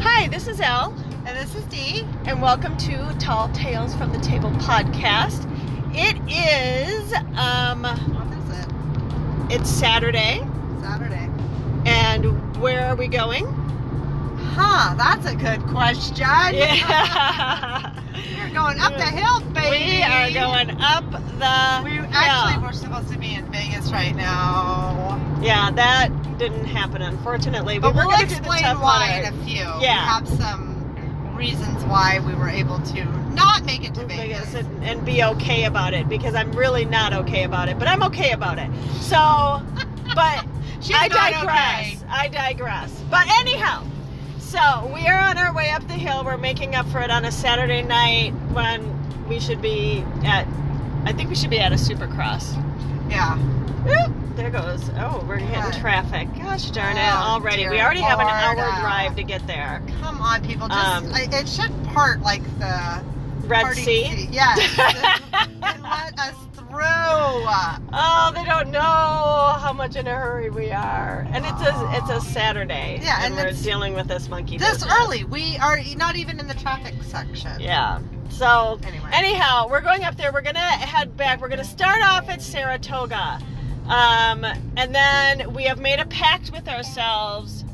Hi, this is Elle, And this is Dee. and welcome to Tall Tales from the Table podcast. It is, um, What is it? it's Saturday, Saturday. and where are we going? Huh, that's a good question. Yeah. We're going up the hill, baby. We are going up the We hill. actually were supposed to be in Vegas right now. Yeah, that didn't happen, unfortunately. But we were we'll gonna do the explain tough why letter. in a few. We Yeah. have some reasons why we were able to not make it to Vegas. Vegas and, and be okay about it because I'm really not okay about it, but I'm okay about it. So, but She's I not digress. I digress. But anyhow, so we are on our way up the hill. We're making up for it on a Saturday night when we should be at. I think we should be at a supercross. okay. Yeah. Oop, There goes. Oh, we're What? hitting traffic. Gosh darn it! Oh, already, we dear already have an hour Lord, uh, drive to get there. Come on, people. Just Um, I- it should part like the Red party Sea. seat. Yes. and let us through. Oh, they don't know how much in a hurry we are, and it's a it's a Saturday. Yeah, and, and we're it's- dealing with this monkey. This business. early, we are e, not even in the traffic section. Yeah. So Anyway. anyhow, we're going up there. We're gonna head back. We're gonna start off at Saratoga, um, and then we have made a pact with ourselves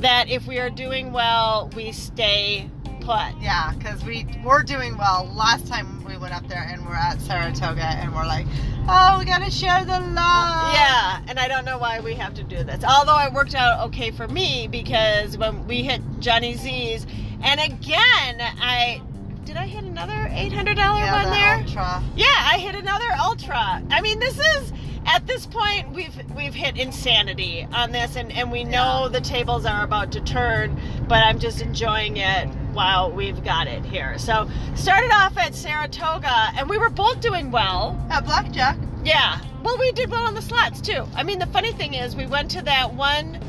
that if we are doing well, we stay put. Yeah, because we were doing well last time we went up there and we're at Saratoga and we're like, oh, we gotta share the love. Yeah, and I don't know why we have to do this. Although it worked out okay for me because when we hit Johnny Z's, and again, I did I hit another eight hundred dollar Yeah, one the there. Ultra. Yeah, I hit another ultra. I mean, this is at this point we've we've hit insanity on this, and and we know Yeah. the tables are about to turn, but I'm just enjoying it while we've got it here. So started off at Saratoga, and we were both doing well. At Blackjack. Yeah. Well, we did well on the slots too. I mean, the funny thing is, we went to that one.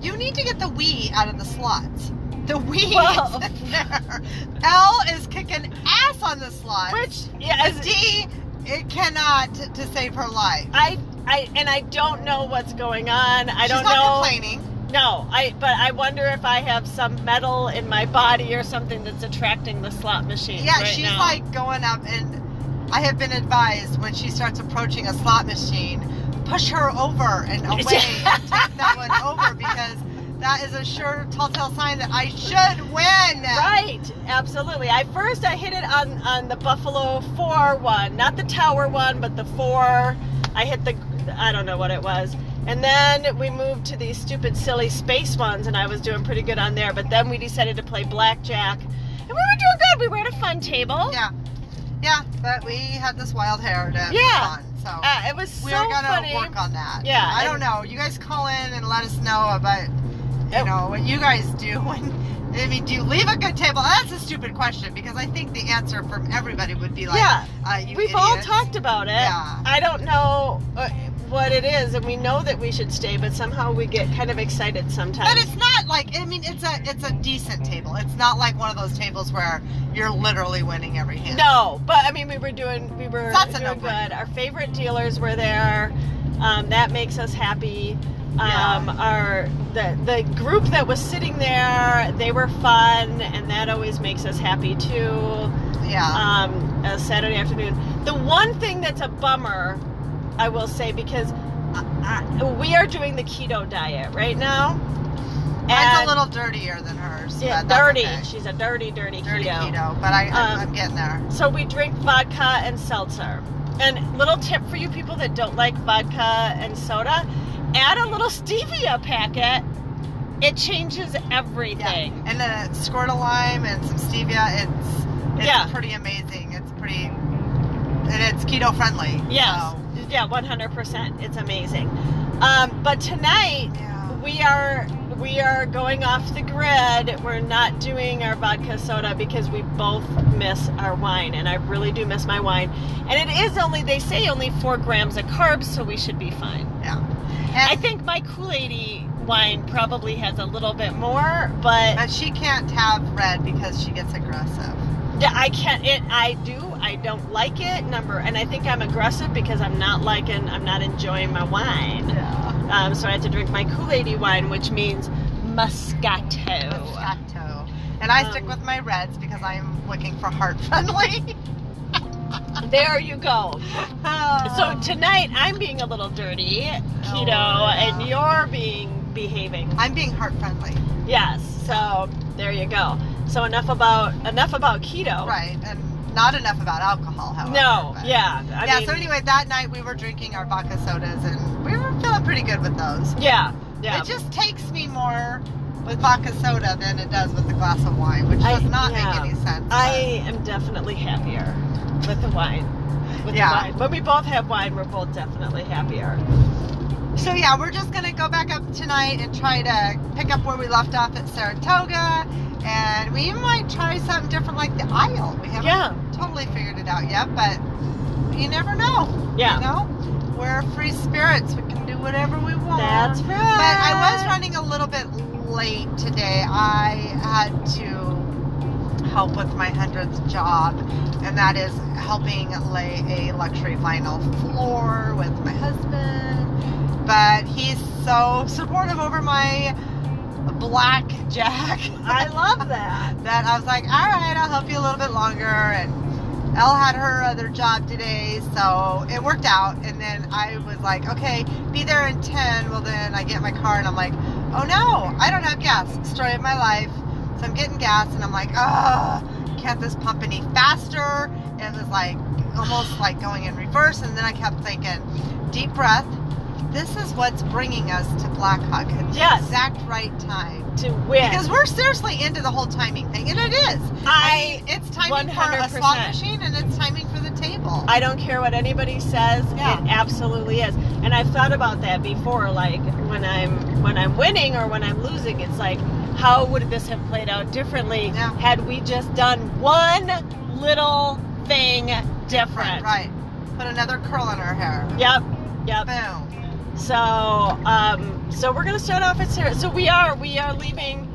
You need to get the Wii out of the slots. The Wii Well- is in there. L is kicking ass on the slots. Which yeah, And D, it cannot t- to save her life. I I and I don't know what's going on. I don't She's not know. complaining. No, I but I wonder if I have some metal in my body or something that's attracting the slot machine. Yeah, right she's now. like going up, and I have been advised when she starts approaching a slot machine, push her over and away, and take that one over because that is a sure tall tale sign that I should win. Right, absolutely. I first I hit it on on the Buffalo Four one, not the Tower one, but the Four. I hit the I don't know what it was, and then we moved to these stupid, silly space ones, and I was doing pretty good on there. But then we decided to play blackjack, and we were doing good. We were at a fun table. Yeah, yeah, but we had this wild hair to Yeah. put on, so Uh, it was we so are gonna funny. work on that. Yeah, I don't and- know. You guys call in and let us know about you Yep. know what you guys do when. I mean, do you leave a good table? That's a stupid question because I think the answer from everybody would be like, yeah, Uh, you we've all idiots. talked about it. Yeah. I don't know uh, what it is, and we know that we should stay, but somehow we get kind of excited sometimes. But it's not like I mean, it's a it's a decent table. It's not like one of those tables where you're literally winning every hand. No, but I mean, we were doing we were That's a doing no-brainer. good. Our favorite dealers were there. Um, that makes us happy. Yeah. Um, Our the the group that was sitting there, they were fun, and that always makes us happy too. Yeah. Um, a Saturday afternoon. The one thing that's a bummer, I will say, because I, I, we are doing the keto diet right now. Mine's and- a little dirtier than hers. yeah, but that's dirty. okay. She's a dirty, dirty, Dirty keto. but I, Um, I I'm getting there. so we drink vodka and seltzer. And little tip for you people that don't like vodka and soda, add a little stevia packet. It changes everything. Yeah. And then a squirt of lime and some stevia. It's it's Yeah. pretty amazing. It's pretty and it's keto friendly. Yes. So, Yeah, 100%. It's amazing. Um, but tonight yeah. we are we are going off the grid. We're not doing our vodka soda because we both miss our wine and I really do miss my wine. And it is only they say only 4 grams of carbs, so we should be fine. And, I think my Kool Aid wine probably has a little bit more, but but she can't have red because she gets aggressive. yeah, I can't. It I do. I don't like it. Number, and I think I'm aggressive because I'm not liking. I'm not enjoying my wine. Yeah. Um, so I had to drink my Kool Aid wine, which means Moscato. Moscato. And I stick Oh, Um, with my reds because I'm looking for heart friendly. There you go. So so tonight I'm being a little dirty, keto, Oh, yeah. and you're being behaving. I'm being heart friendly. Yes. So there you go. So enough about enough about keto. Right. And not enough about alcohol, however. Oh. No. but- Yeah. I yeah, mean, so anyway, that night we were drinking our vodka sodas and we were feeling pretty good with those. Yeah. Yeah. It just takes me more with vodka soda than it does with a glass of wine, which I- does not yeah. make any sense. but- I am definitely happier with the wine. With Yeah. the wine. When we both have wine, we're both definitely happier. So yeah, we're just gonna go back up tonight and try to pick up where we left off at Saratoga, and we might try something different like the aisle. We haven't Yeah. totally figured it out yet, but you never know. Yeah. You know, we're free spirits. We can do whatever we want. That's right. But I was running a little bit late today. I had to help with my hundredth job, and that is helping lay a luxury vinyl floor with my husband. But he's so supportive over my black jack. I love that. that I was like, all right, I'll help you a little bit longer. And Elle had her other job today, so it worked out. And then I was like, okay, be there in 10. Well, then I get in my car and I'm like, oh no, I don't have gas. Story of my life. So I'm getting gas and I'm like, oh, can't this pump any faster? And it was like almost like going in reverse. And then I kept thinking, deep breath. This is what's bringing us to Black Hawk at the Yes. exact right time. To win. Because we're seriously into the whole timing thing, and it is. I mean, it's timing for a slot 100%. machine, and it's timing for the table. I don't care what anybody says. Yeah. It absolutely is. And I've thought about that before. Like when I'm when I'm winning or when I'm losing, it's like, how would this have played out differently Yeah. had we just done one little thing different? Right. Put another curl in her hair. Yep. Yep. Boom. So, um, so we're gonna start off at Sarah. So we are we are leaving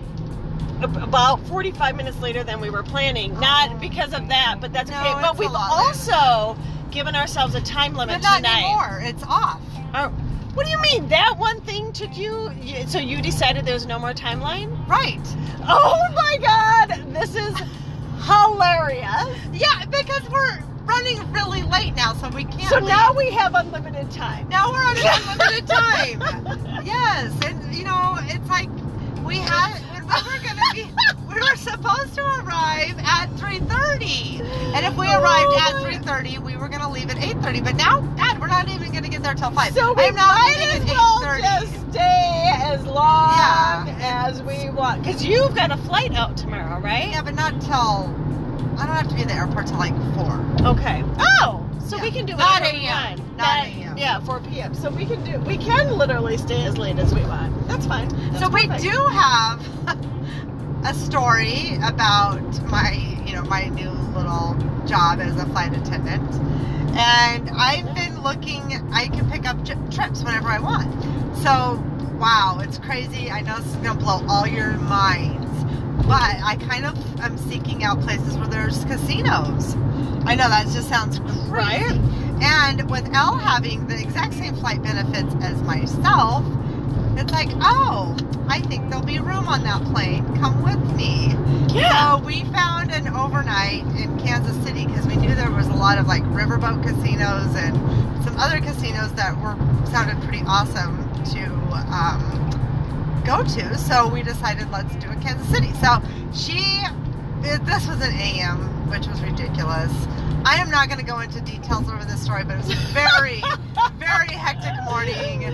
ab- about 45 minutes later than we were planning. Oh. Not because of that, but that's No, okay. it's But a we've lot later. also given ourselves a time limit But not tonight. anymore. It's off. Oh, what do you mean? That one thing took you, you? So you decided there's no more timeline? Right. Oh my God! This is hilarious. Yeah, because we're running really late now, so we can't. So leave. now we have unlimited time. now we're on a limited time. Yes, and you know, it's like we had when we were gonna be, we were supposed to arrive at 3:30, and if we arrived at 3:30, we were gonna leave at 8:30. But now, God, we're not even gonna get there till five. So we I'm not might leaving as at well 8:30. just stay as long Yeah. as we want. Because you've got a flight out tomorrow, right? Yeah, but not till I don't have to be at the airport till like four. Okay. Oh, so we Yeah. can do Not whatever we AM. want. Not That- AM. Yeah, 4 p.m. So we can do. We can literally stay as late as we want. That's fine. That's so we perfect. do have a story about my you know my new little job as a flight attendant and i've been looking i can pick up tri- trips whenever i want so wow it's crazy i know this is going to blow all your minds but i kind of am seeking out places where there's casinos i know that just sounds crazy Right. and with Elle having the exact same flight benefits as myself, it's like, oh, I think there'll be room on that plane. Come with me. Yeah. So we found an overnight in Kansas City because we knew there was a lot of like riverboat casinos and some other casinos that were sounded pretty awesome to um, go to. So we decided let's do it Kansas City. So she, it- this was an AM, which was ridiculous. I am not going to go into details over this story, but it was a very, very hectic morning.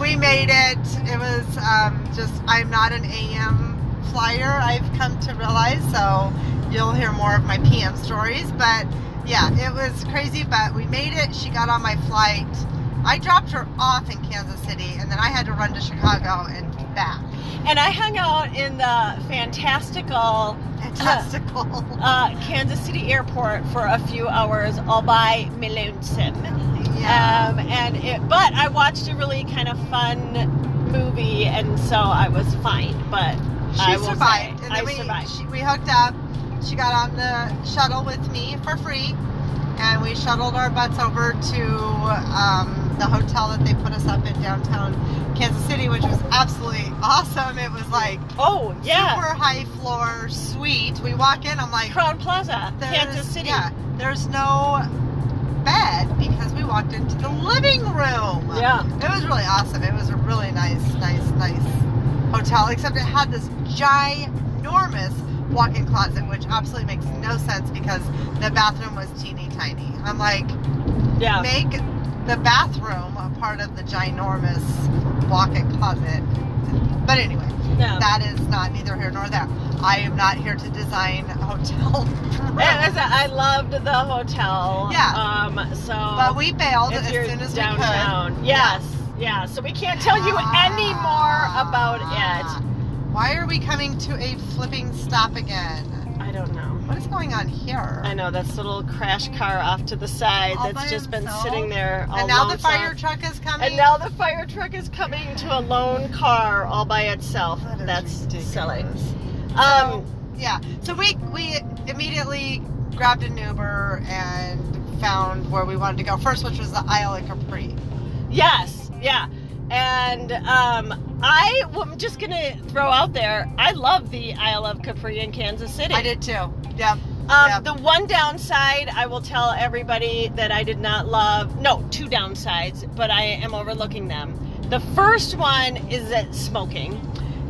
We made it. It was um, just, I'm not an AM flyer, I've come to realize. So you'll hear more of my PM stories. But yeah, it was crazy, but we made it. She got on my flight. I dropped her off in Kansas City, and then I had to run to Chicago and back. And I hung out in the fantastical Fantastical. uh, Kansas City airport for a few hours all by my lonesome. yeah. Um, and it, but I watched a really kind of fun movie, and so I was fine. But I she will survived. Say, and then I we, survived. She, we hooked up. She got on the shuttle with me for free, and we shuttled our butts over to um, the hotel that they put us up in downtown Kansas City, which was absolutely awesome. It was like Oh yeah, super high floor suite. We walk in, I'm like, Crown Plaza, Kansas City. Yeah, there's no bed because we walked into the living room. Yeah. It was really awesome. It was a really nice, nice, nice hotel, except it had this ginormous walk in closet, which absolutely makes no sense because the bathroom was teeny tiny. I'm like, yeah. make the bathroom a part of the ginormous walk in closet. But anyway, yeah. that is not neither here nor there. I am not here to design hotel rooms. It was- I loved the hotel. Yeah. Um. So. But we bailed if as you're soon as we downtown. Yes. Yeah. So we can't tell you Ah. any more about it. it. Ah. Why are we coming to a flipping stop again? I don't know. What is going on here? I know that's little crash car off to the side All by that's just been himself. sitting there all And now the lonesome. fire truck is coming. And now the fire truck is coming to a lone car all by itself. That is that's ridiculous. silly. So, Um. yeah. So we we immediately grabbed an Uber and found where we wanted to go first, which was the Isle of Capri. Yes. Yeah. And um, I am just gonna throw out there. I love the Isle of Capri in Kansas City. I did too. Yep. Um, Yep. The one downside I will tell everybody that I did not love, no, two downsides, but I am overlooking them. The first one is that smoking.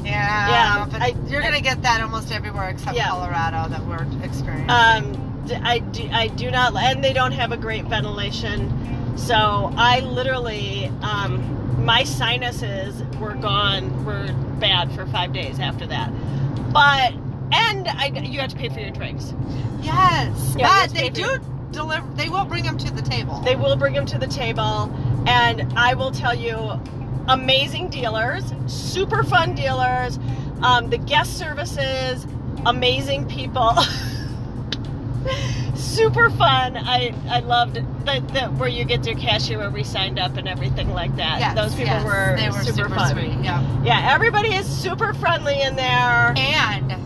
Yeah. Yeah, But I- you're gonna get that almost everywhere except Yeah. Colorado that we're experiencing. Um, d- I, do, I do not, and they don't have a great ventilation. So I literally, um, my sinuses were gone, were bad for five days after that. But, and I, you have to pay for your drinks. Yes, Yeah, but that's they do favorite. deliver. They will bring them to the table. They will bring them to the table, and I will tell you, amazing dealers, super fun dealers, um, the guest services, amazing people, super fun. I I loved that that where you get your cashier where we signed up and everything like that. Yes, Those people yes, were, they were super, fun. sweet. Yeah, Yeah, everybody is super friendly in there. and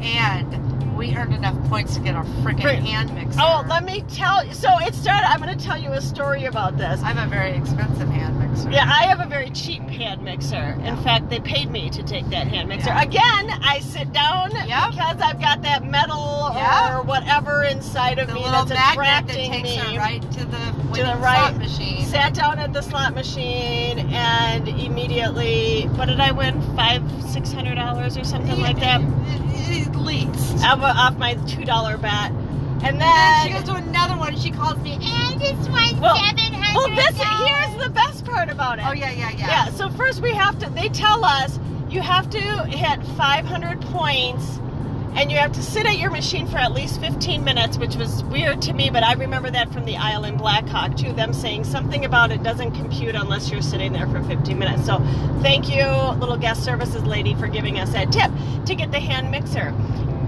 and we earned enough points to get our freaking Great. hand mixer. Oh, let me tell you. So it started. I'm going to tell you a story about this. I have a very expensive hand mixer. Yeah, I have a very cheap hand mixer. In fact, they paid me to take that hand mixer. Yeah. Again, I sit down Yep. because I've got that metal Yep. or whatever inside the of me little that's magnet that attracting me. takes her right to to the the winning right. slot machine. Sat down at the slot machine and immediately, what did I win? Five, six hundred dollars or something like that At least. off off my two dollar bet. And And then she goes to another one. She calls me. I just won Well- seven hundred. well, this here's the best part about it. Oh yeah, yeah, yeah. Yeah, so first we have to, they tell us you have to hit 500 points and you have to sit at your machine for at least 15 minutes, which was weird to me, but I remember that from the Island Blackhawk too, them saying something about it doesn't compute unless you're sitting there for 15 minutes. So thank you, little guest services lady, for giving us that tip to get the hand mixer.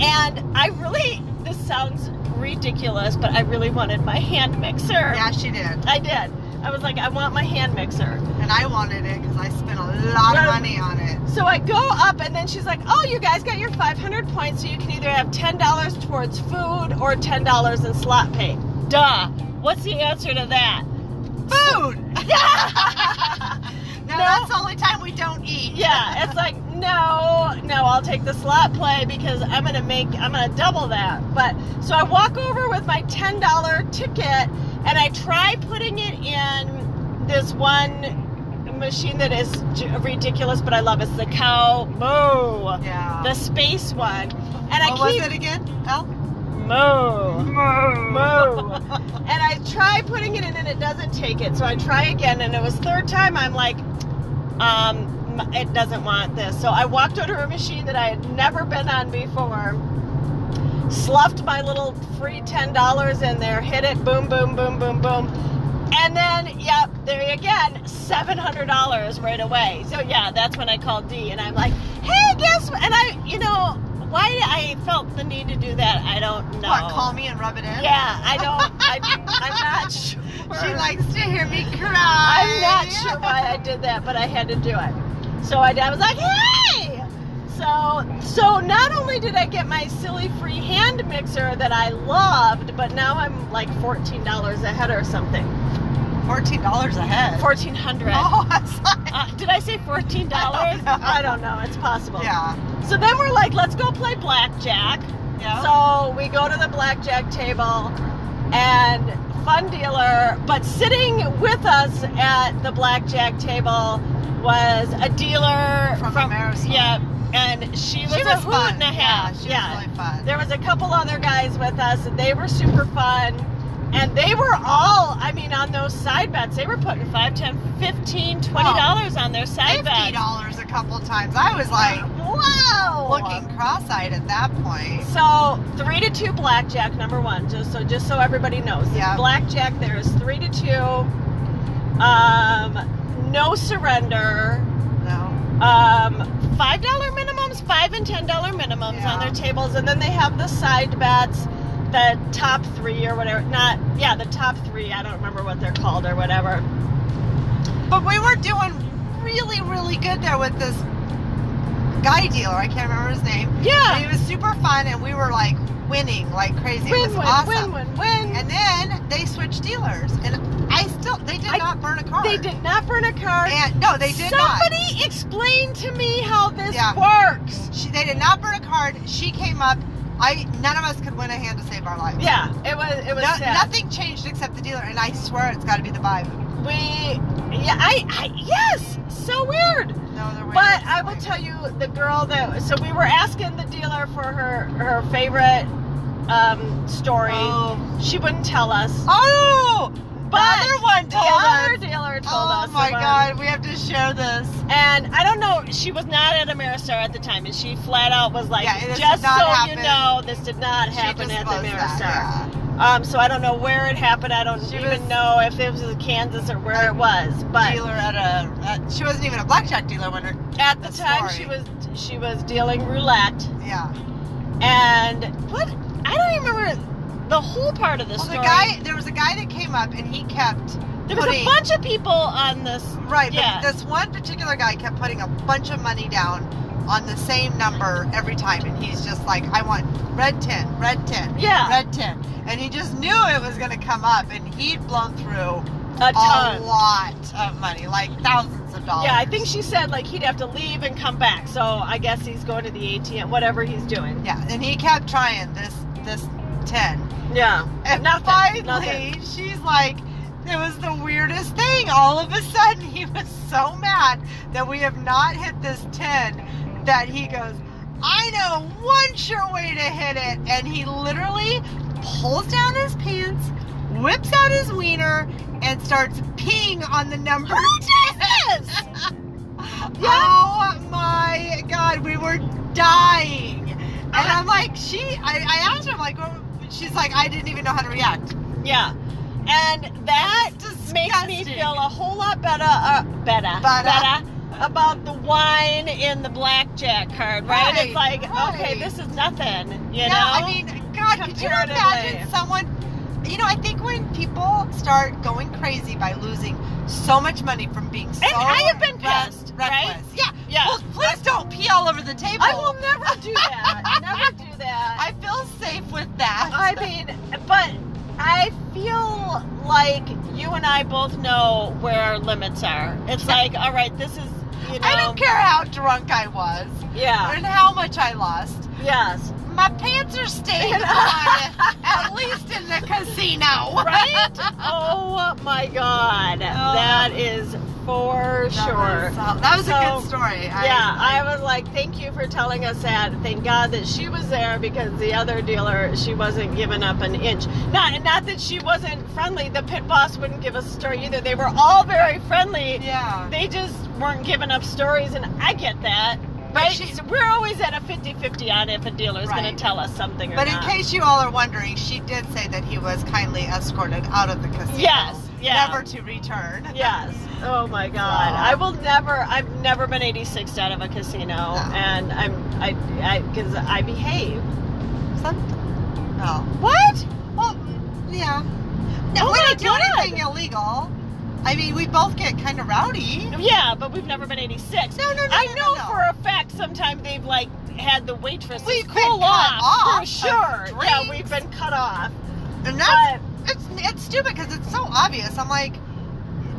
And I really, this sounds ridiculous, but I really wanted my hand mixer. Yeah, she did, I did. I was like, I want my hand mixer. and I wanted it because I spent a lot of Yeah. money on it. So I go up, and then she's like, "Oh, you guys got your 500 points, so you can either have ten dollars towards food or ten dollars in slot pay." Duh. What's the answer to that? food. no, No. that's the only time we don't eat. Yeah, it's like no, no, I'll take the slot play because I'm gonna make, I'm gonna double that. But so I walk over with my ten dollar ticket, and I try putting it in this one machine that is j- ridiculous, but I love it. It's the cow moo, Yeah. the space one, and I what keep. was it again? L? Moo. Moo. Moo. And I try putting it in and it doesn't take it. So I try again and it was third time I'm like, um, m- it doesn't want this. So I walked over to a machine that I had never been on before, sloughed my little free $10 in there, hit it, boom, boom, boom, boom, boom. And then, yep, there you again, $700 right away. So yeah, that's when I called D and I'm like, hey, guess what? And I, you know, why I felt the need to do that, I don't know. What, call me and rub it in? Yeah, I don't. I, I'm not sure. She likes to hear me cry. I'm not sure why I did that, but I had to do it. So I, I was like, hey. So so not only did I get my silly free hand mixer that I loved, but now I'm like fourteen dollars ahead or something. Fourteen dollars a head. Fourteen hundred. Oh, I was like, Uh, did I say fourteen I dollars? don't know. I don't know. It's possible. yeah, So then we're like, let's go play blackjack. yeah. So we go to the blackjack table, and fun dealer, but sitting with us at the blackjack table was a dealer From Amerisol. Yeah, and she was, she a was hoot fun. and a Yeah, half. she was really fun. There was a couple other guys with us, and they were super fun. And they were all, I mean, on those side bets, they were putting 5, 10, 15, 20 dollars on their side Oh, Fifty bets. dollars a couple times. I was like wow. looking cross-eyed at that point. So, 3 to 2 blackjack number 1, just so just so everybody knows. It's Yeah. Blackjack there is 3 to 2. Um, no surrender. No. Um, $5 minimums, 5 and $10 minimums Yeah. on their tables and then they have the side bets the top three or whatever. Not yeah, the top three. I don't remember what they're called or whatever. But we were doing really, really good there with this guy dealer. I can't remember his name. But he Yeah, was super fun, and we were like winning like crazy. it win, was win, awesome. win, win, win, And then they switched dealers, and I still they did I- not burn a car. They did not burn a card. And no, they did not. Somebody explain to me how this Yeah. works. She, they did not burn a card. She came up. I none of us could win a hand to save our lives. Yeah, it was it was No- sad. nothing changed except the dealer, and I swear it's got to be the vibe. We yeah, I, I yes, so weird. No other way. But I will tell you, the girl that so we were asking the dealer for her her favorite um, story. Oh, She wouldn't tell us. oh But the other one the told other us. dealer told oh us. my about- god, we have to share this. And I don't know, she was not at Ameristar at the time, and she flat out was like, Yeah, it did just so not you happen." know, this did not She happen at the disclosed Ameristar. that, yeah. Um, so I don't know where it happened. I don't She even was- know if it was Kansas or where it was. But dealer at a. At, she wasn't even a blackjack dealer when her. at the a time, story. she was she was dealing roulette, Yeah. and what I don't even remember the whole part of the Well, story. the guy, there was a guy that came up and he kept there was a putting- bunch of people on this. right. Yeah. But this one particular guy kept putting a bunch of money down on the same number every time, and he's just like, "I want red ten, red ten, Yeah. red ten," and he just knew it was going to come up, and he'd blown through A a ton. lot of money, like thousands of dollars. Yeah, I think she said like he'd have to leave and come back. So I guess he's going to the ATM, whatever he's doing. Yeah, and he kept trying this this ten. Yeah. And Nothing, finally, nothing. she's like, it was the weirdest thing. All of a sudden, he was so mad that we have not hit this 10 that he goes, I know one sure way to hit it. And he literally pulls down his pants, whips out his wiener, and starts peeing on the number. Who does this? Oh my god, we were dying. And I'm like, she, I, I asked her, I'm like, well, she's like, I didn't even know how to react. Yeah. And that That's makes me disgusting. feel a whole lot better, uh, better, Better. better about the wine in the blackjack card, right? it's Right, like, right. okay, this is nothing, you yeah, know? I mean, God, could you imagine Comparatively. someone? You know, I think when people start going crazy by losing so much money from being so And I have been re- pissed, right? reckless. Yeah. yeah. Well, please don't pee all over the table. I will never do that. never do that. I feel safe with that. I mean, but I feel like you and I both know where our limits are. It's like, all right, this is, you know. I don't care how drunk I was um, Yeah. and how much I lost. Yes. My pants are stained And- on, at least in the casino. Right? Oh my god. That is for That sure. was, uh, that was a So, good story. I- Yeah, I was like, thank you for telling us that. Thank God that she was there because the other dealer, she wasn't giving up an inch. Not, not that she wasn't friendly. The pit boss wouldn't give us a story either. They were all very friendly. yeah. They just weren't giving up stories, and I get that. Right? she- So we're always at a 50 50 on if a dealer's going Right. to tell us something or But in not. case you all are wondering, she did say that he was kindly escorted out of the casino. Yes, yeah. Never to return. Yes. Oh my God. Wow. I will never. I've never been 86 out of a casino, and I'm I I because I behave. Some, no. What? Well, yeah. No, Oh we my don't do God. anything illegal. I mean, we both get kind of rowdy. Yeah, but we've never been 86. No, no, no, I no, no, know no. for a fact sometimes they've like had the waitresses We've been cool cut off, off for of sure. Yeah, drinks. we've been cut off. But And that's, it's, it's stupid because it's so obvious. I'm like,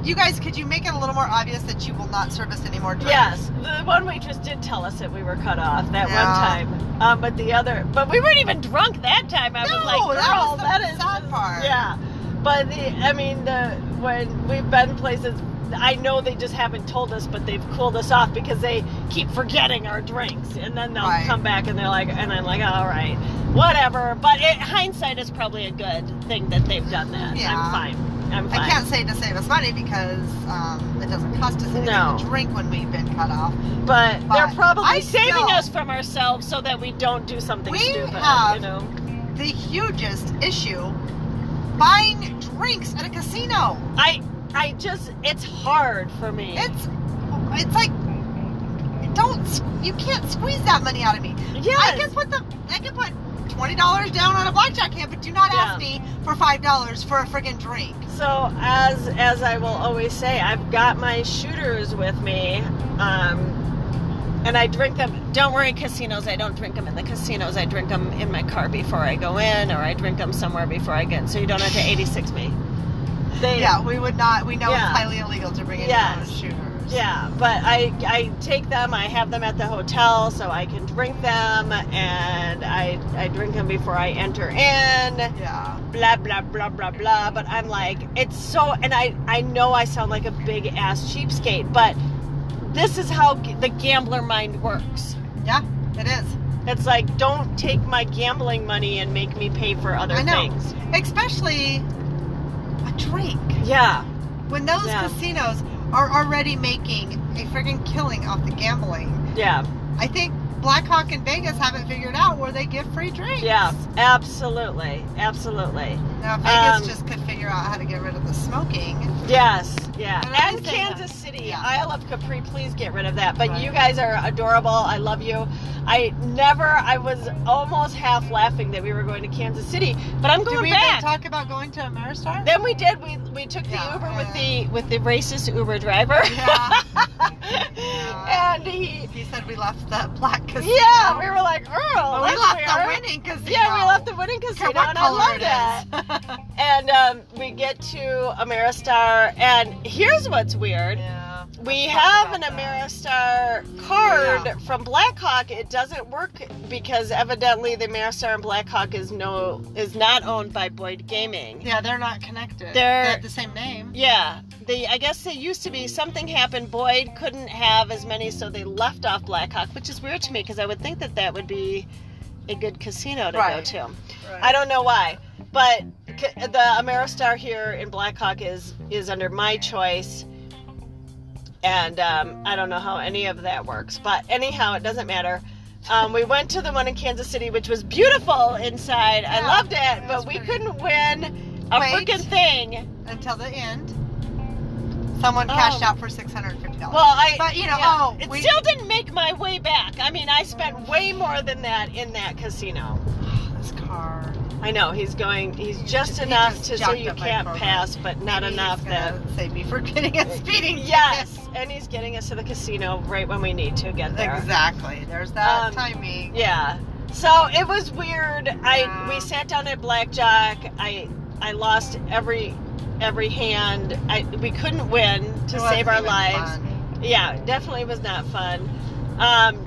you guys, could you make it a little more obvious that you will not service any more drinks? Yes, the one waitress did tell us that we were cut off that Yeah. one time. Um, but the other, but we weren't even drunk that time. I No, was like, girl, that was the that is sad part. Yeah, but the, I mean, the when we've been places, I know they just haven't told us, but they've cooled us off because they keep forgetting our drinks, and then they'll Right. come back and they're like, and I'm like, all right, whatever. But it, hindsight is probably a good thing that they've done that. Yeah. I'm fine. I'm fine. I can't say to save us money because um, it doesn't cost us anything No. to drink when we've been cut off. but, But they're probably I saving still- us from ourselves so that we don't do something We stupid. have- you know, The hugest issue buying drinks at a casino. I I just it's hard for me. It's it's like don't s- you can't squeeze that money out of me. I Yes. can put the I can put twenty dollars down on a blackjack hand, but do not ask Yeah. me for five dollars for a friggin' drink. so as as I will always say, I've got my shooters with me, um, and I drink them. Don't worry, casinos. I don't drink them in the casinos. I drink them in my car before I go in, or I drink them somewhere before I get in. So you don't have to 86 me. They, Yeah, we would not. We know Yeah. it's highly illegal to bring in Yes. your own shooters. Yeah, but I I take them. I have them at the hotel, so I can drink them, and I I drink them before I enter in. Yeah. Blah blah blah blah blah. But I'm like, it's so, and I I know I sound like a big ass cheapskate, but this is how g- the gambler mind works. Yeah. It is. It's like, don't take my gambling money and make me pay for other I know. things. Especially a drink. Yeah, When those Yeah. casinos are already making a friggin' killing off the gambling. yeah, I think Blackhawk and Vegas haven't figured out where they give free drinks. yeah. Absolutely, absolutely. Now Vegas Um, just could figure out how to get rid of the smoking. Yes, yeah. And I And say that. Kansas City. Yeah. I love Capri. Please get rid of that. But Right. you guys are adorable. I love you. I never, I was almost half laughing that we were going to Kansas City, but I'm Did going we back. even talk about going to Ameristar? then we did. We, we took the Yeah, Uber with yeah. the with the racist Uber driver, yeah. Yeah. and he, He said we left the black casino. yeah, we were like, But Earl, we that's left the weird." winning casino. Yeah, we left the winning Care casino, what and I color love it that. is. And um, we get to Ameristar, and here's what's weird. yeah. We Let's talk have an about that. Oh, Ameristar card Yeah. from Blackhawk. It doesn't work because evidently the Ameristar and Blackhawk is no is not owned by Boyd Gaming. Yeah, they're not connected. They're- they have the same name. Yeah, they I guess they used to be something happened. Boyd couldn't have as many, so they left off Blackhawk, which is weird to me because I would think that that would be a good casino to Right. go to. I don't know why, but c- the Ameristar here in Blackhawk is is under my choice, and um, I don't know how any of that works. But anyhow, it doesn't matter. Um, we went to the one in Kansas City, which was beautiful inside. I Yeah, loved it, it was but we pretty. couldn't win a Wait. freaking thing. until the end. Someone cashed Oh. out for six hundred fifty dollars. Well, I But, you know, oh, it we- still didn't make my way back. I mean, I spent way more than that in that casino. this car. I know he's going. He's just He enough just to so jacked you up my can't program. pass, but not Maybe he's enough that. gonna save me for getting a speeding. ticket. Yes, and he's getting us to the casino right when we need to get there. Exactly. There's that Um, timing. Yeah. So it was weird. I Yeah. we sat down at blackjack. I I lost every every hand. I we couldn't win to It wasn't save our even lives. fun. Yeah, definitely was not fun. Um,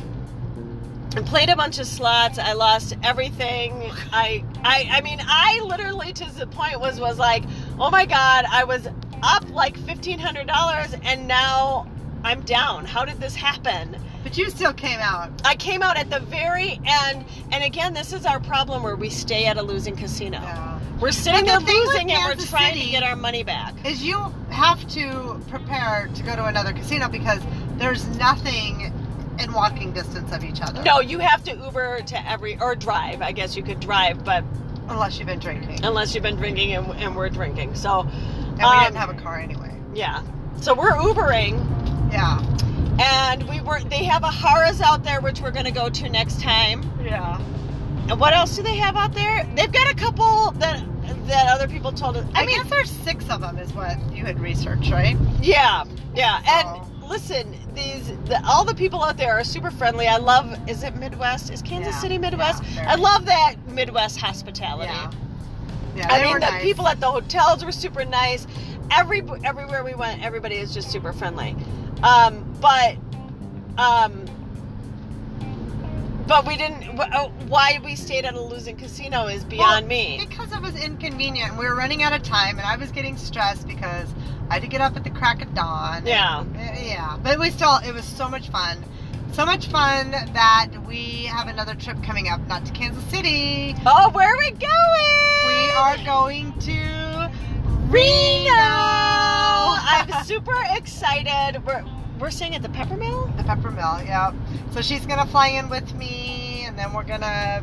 I played a bunch of slots. I lost everything. I, I, I mean, I literally to the point was was like, oh my god, I was up like fifteen hundred dollars, and now I'm down. How did this happen? But you still came out. I came out at the very end, and again, this is our problem where we stay at a losing casino. Yeah. We're sitting the there thing with losing, and we're Kansas trying City- to get our money back. Is you have to prepare to go to another casino because there's nothing in walking distance of each other. No, you have to Uber to every or drive. I guess you could drive, but Unless you've been drinking. unless you've been drinking and, and we're drinking. So, And we um, didn't have a car anyway. yeah. So we're Ubering, Yeah. and we were. They have a Haras out there, which we're gonna go to next time. Yeah. And what else do they have out there? They've got a couple that that other people told us. I, I, mean, guess there's six of them, is what you had researched, right? yeah, yeah. So- And listen, these the, all the people out there are super friendly. I love. Is it Midwest? Is Kansas Yeah, City Midwest? yeah, very. I love that Midwest hospitality. Yeah. Yeah, I they mean, were the nice. people at the hotels were super nice. every everywhere we went, everybody is just super friendly. Um, but um, but we didn't. wh- uh, Why we stayed at a losing casino is beyond Well, me. Because it was inconvenient. and We were running out of time, and I was getting stressed because I had to get up at the crack of dawn. and- Yeah. Uh, yeah. But we still, it was so much fun. So much fun that we have another trip coming up, not to Kansas City. Oh, where are we going? We are going to. Reno. I'm super excited. We're we're staying at the Peppermill. The Pepper Mill, yeah. So she's gonna fly in with me, and then we're gonna.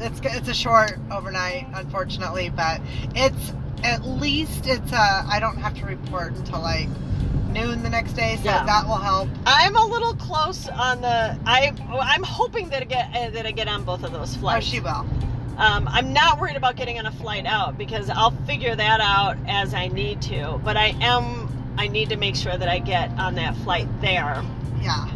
It's it's a short overnight, unfortunately, but it's at least it's uh I don't have to report until like noon the next day, so Yeah. that will help. I'm a little close on the. I I'm hoping that I get uh, that I get on both of those Oh, flights. she will. Um, I'm not worried about getting on a flight out because I'll figure that out as I need to. But I am. I need to make sure that I get on that flight there. Yeah.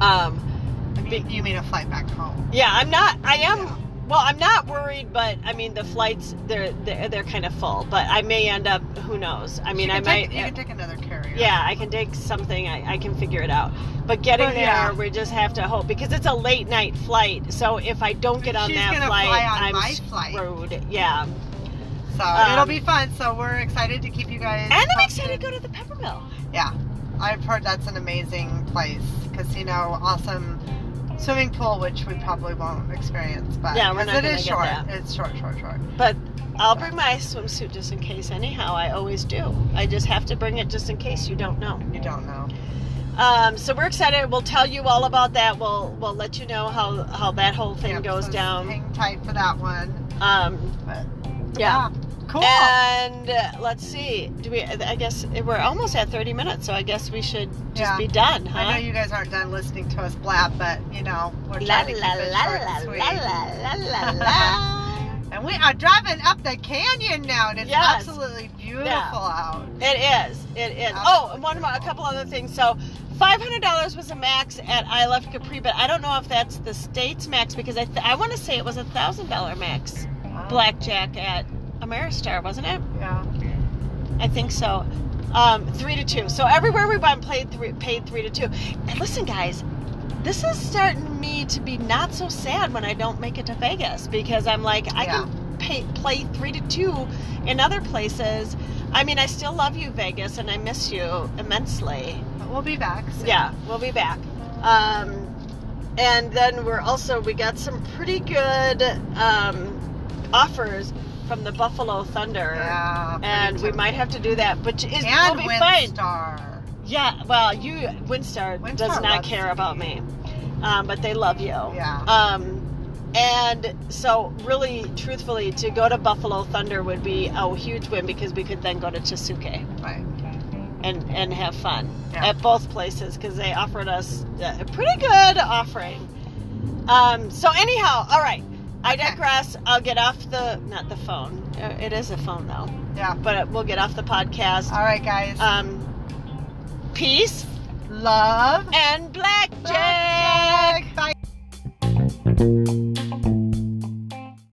Um, I mean, you mean a flight back home? yeah, I'm not. I am. Yeah. Well, I'm not worried, but I mean the flights they're they're, they're kind of full. But I may end up. Who knows? I mean, You I can take- might. You can take another carrier. Yeah, I can take something. I, I can figure it out. But getting But, there, yeah. we just have to hope because it's a late night flight. So if I don't get on She's that gonna flight, fly on I'm my flight. screwed. Yeah, So Um, it'll be fun. So we're excited to keep you guys. and I'm posted. excited to go to the Peppermill. Yeah, I've heard that's an amazing place. Casino, awesome swimming pool, which we probably won't experience, but Yeah, we're 'cause not it gonna is get short. that. It's short, short, short. But I'll bring my swimsuit just in case. Anyhow, I always do. I just have to bring it just in case you don't know. You don't know. Um, so we're excited. We'll tell you all about that. We'll we'll let you know how how that whole thing Yep, goes so down. Hang tight for that one. Um, But yeah. cool. And uh, let's see. Do we? I guess we're almost at 30 minutes, so I guess we should just Yeah. be done, I know huh? you guys aren't done listening to us blab, but you know we're La trying to keep la it la short la and sweet. la la la la. And we are driving up the canyon now, and it's Yes. absolutely beautiful out. It is. It is. Oh, and one more, a couple other things. So. $500 was a max at I Left Capri, but I don't know if that's the state's max because I, th- I want to say it was a $1,000 max Wow. blackjack at Ameristar, wasn't it? Um, Yeah. I think so. Um, three to two. So everywhere we went, played three, paid three to two. And listen, guys, this is starting me to be not so sad when I don't make it to Vegas because I'm like, I can pay, play three to two in other places. I mean, I still love you, Vegas, and I miss you immensely. But we'll be back. soon. Yeah, we'll be back. Um, and then we're also we got some pretty good um, offers from the Buffalo Thunder Yeah. and we might have to do that, which is and will be fine. Windstar. Yeah, well, you Windstar, Windstar does not loves care me. about me, um, but they love you. Yeah. Um, and so, really, truthfully, to go to Buffalo Thunder would be a huge win because we could then go to Chisuke Right. and and have fun Yeah. at both places because they offered us a pretty good offering. Um, so anyhow, all right. I Okay. digress. I'll get off the not the phone. Uh, It is a phone though Yeah. but we'll get off the podcast. All right, guys. Um, peace Love. and blackjack. Jack. Bye.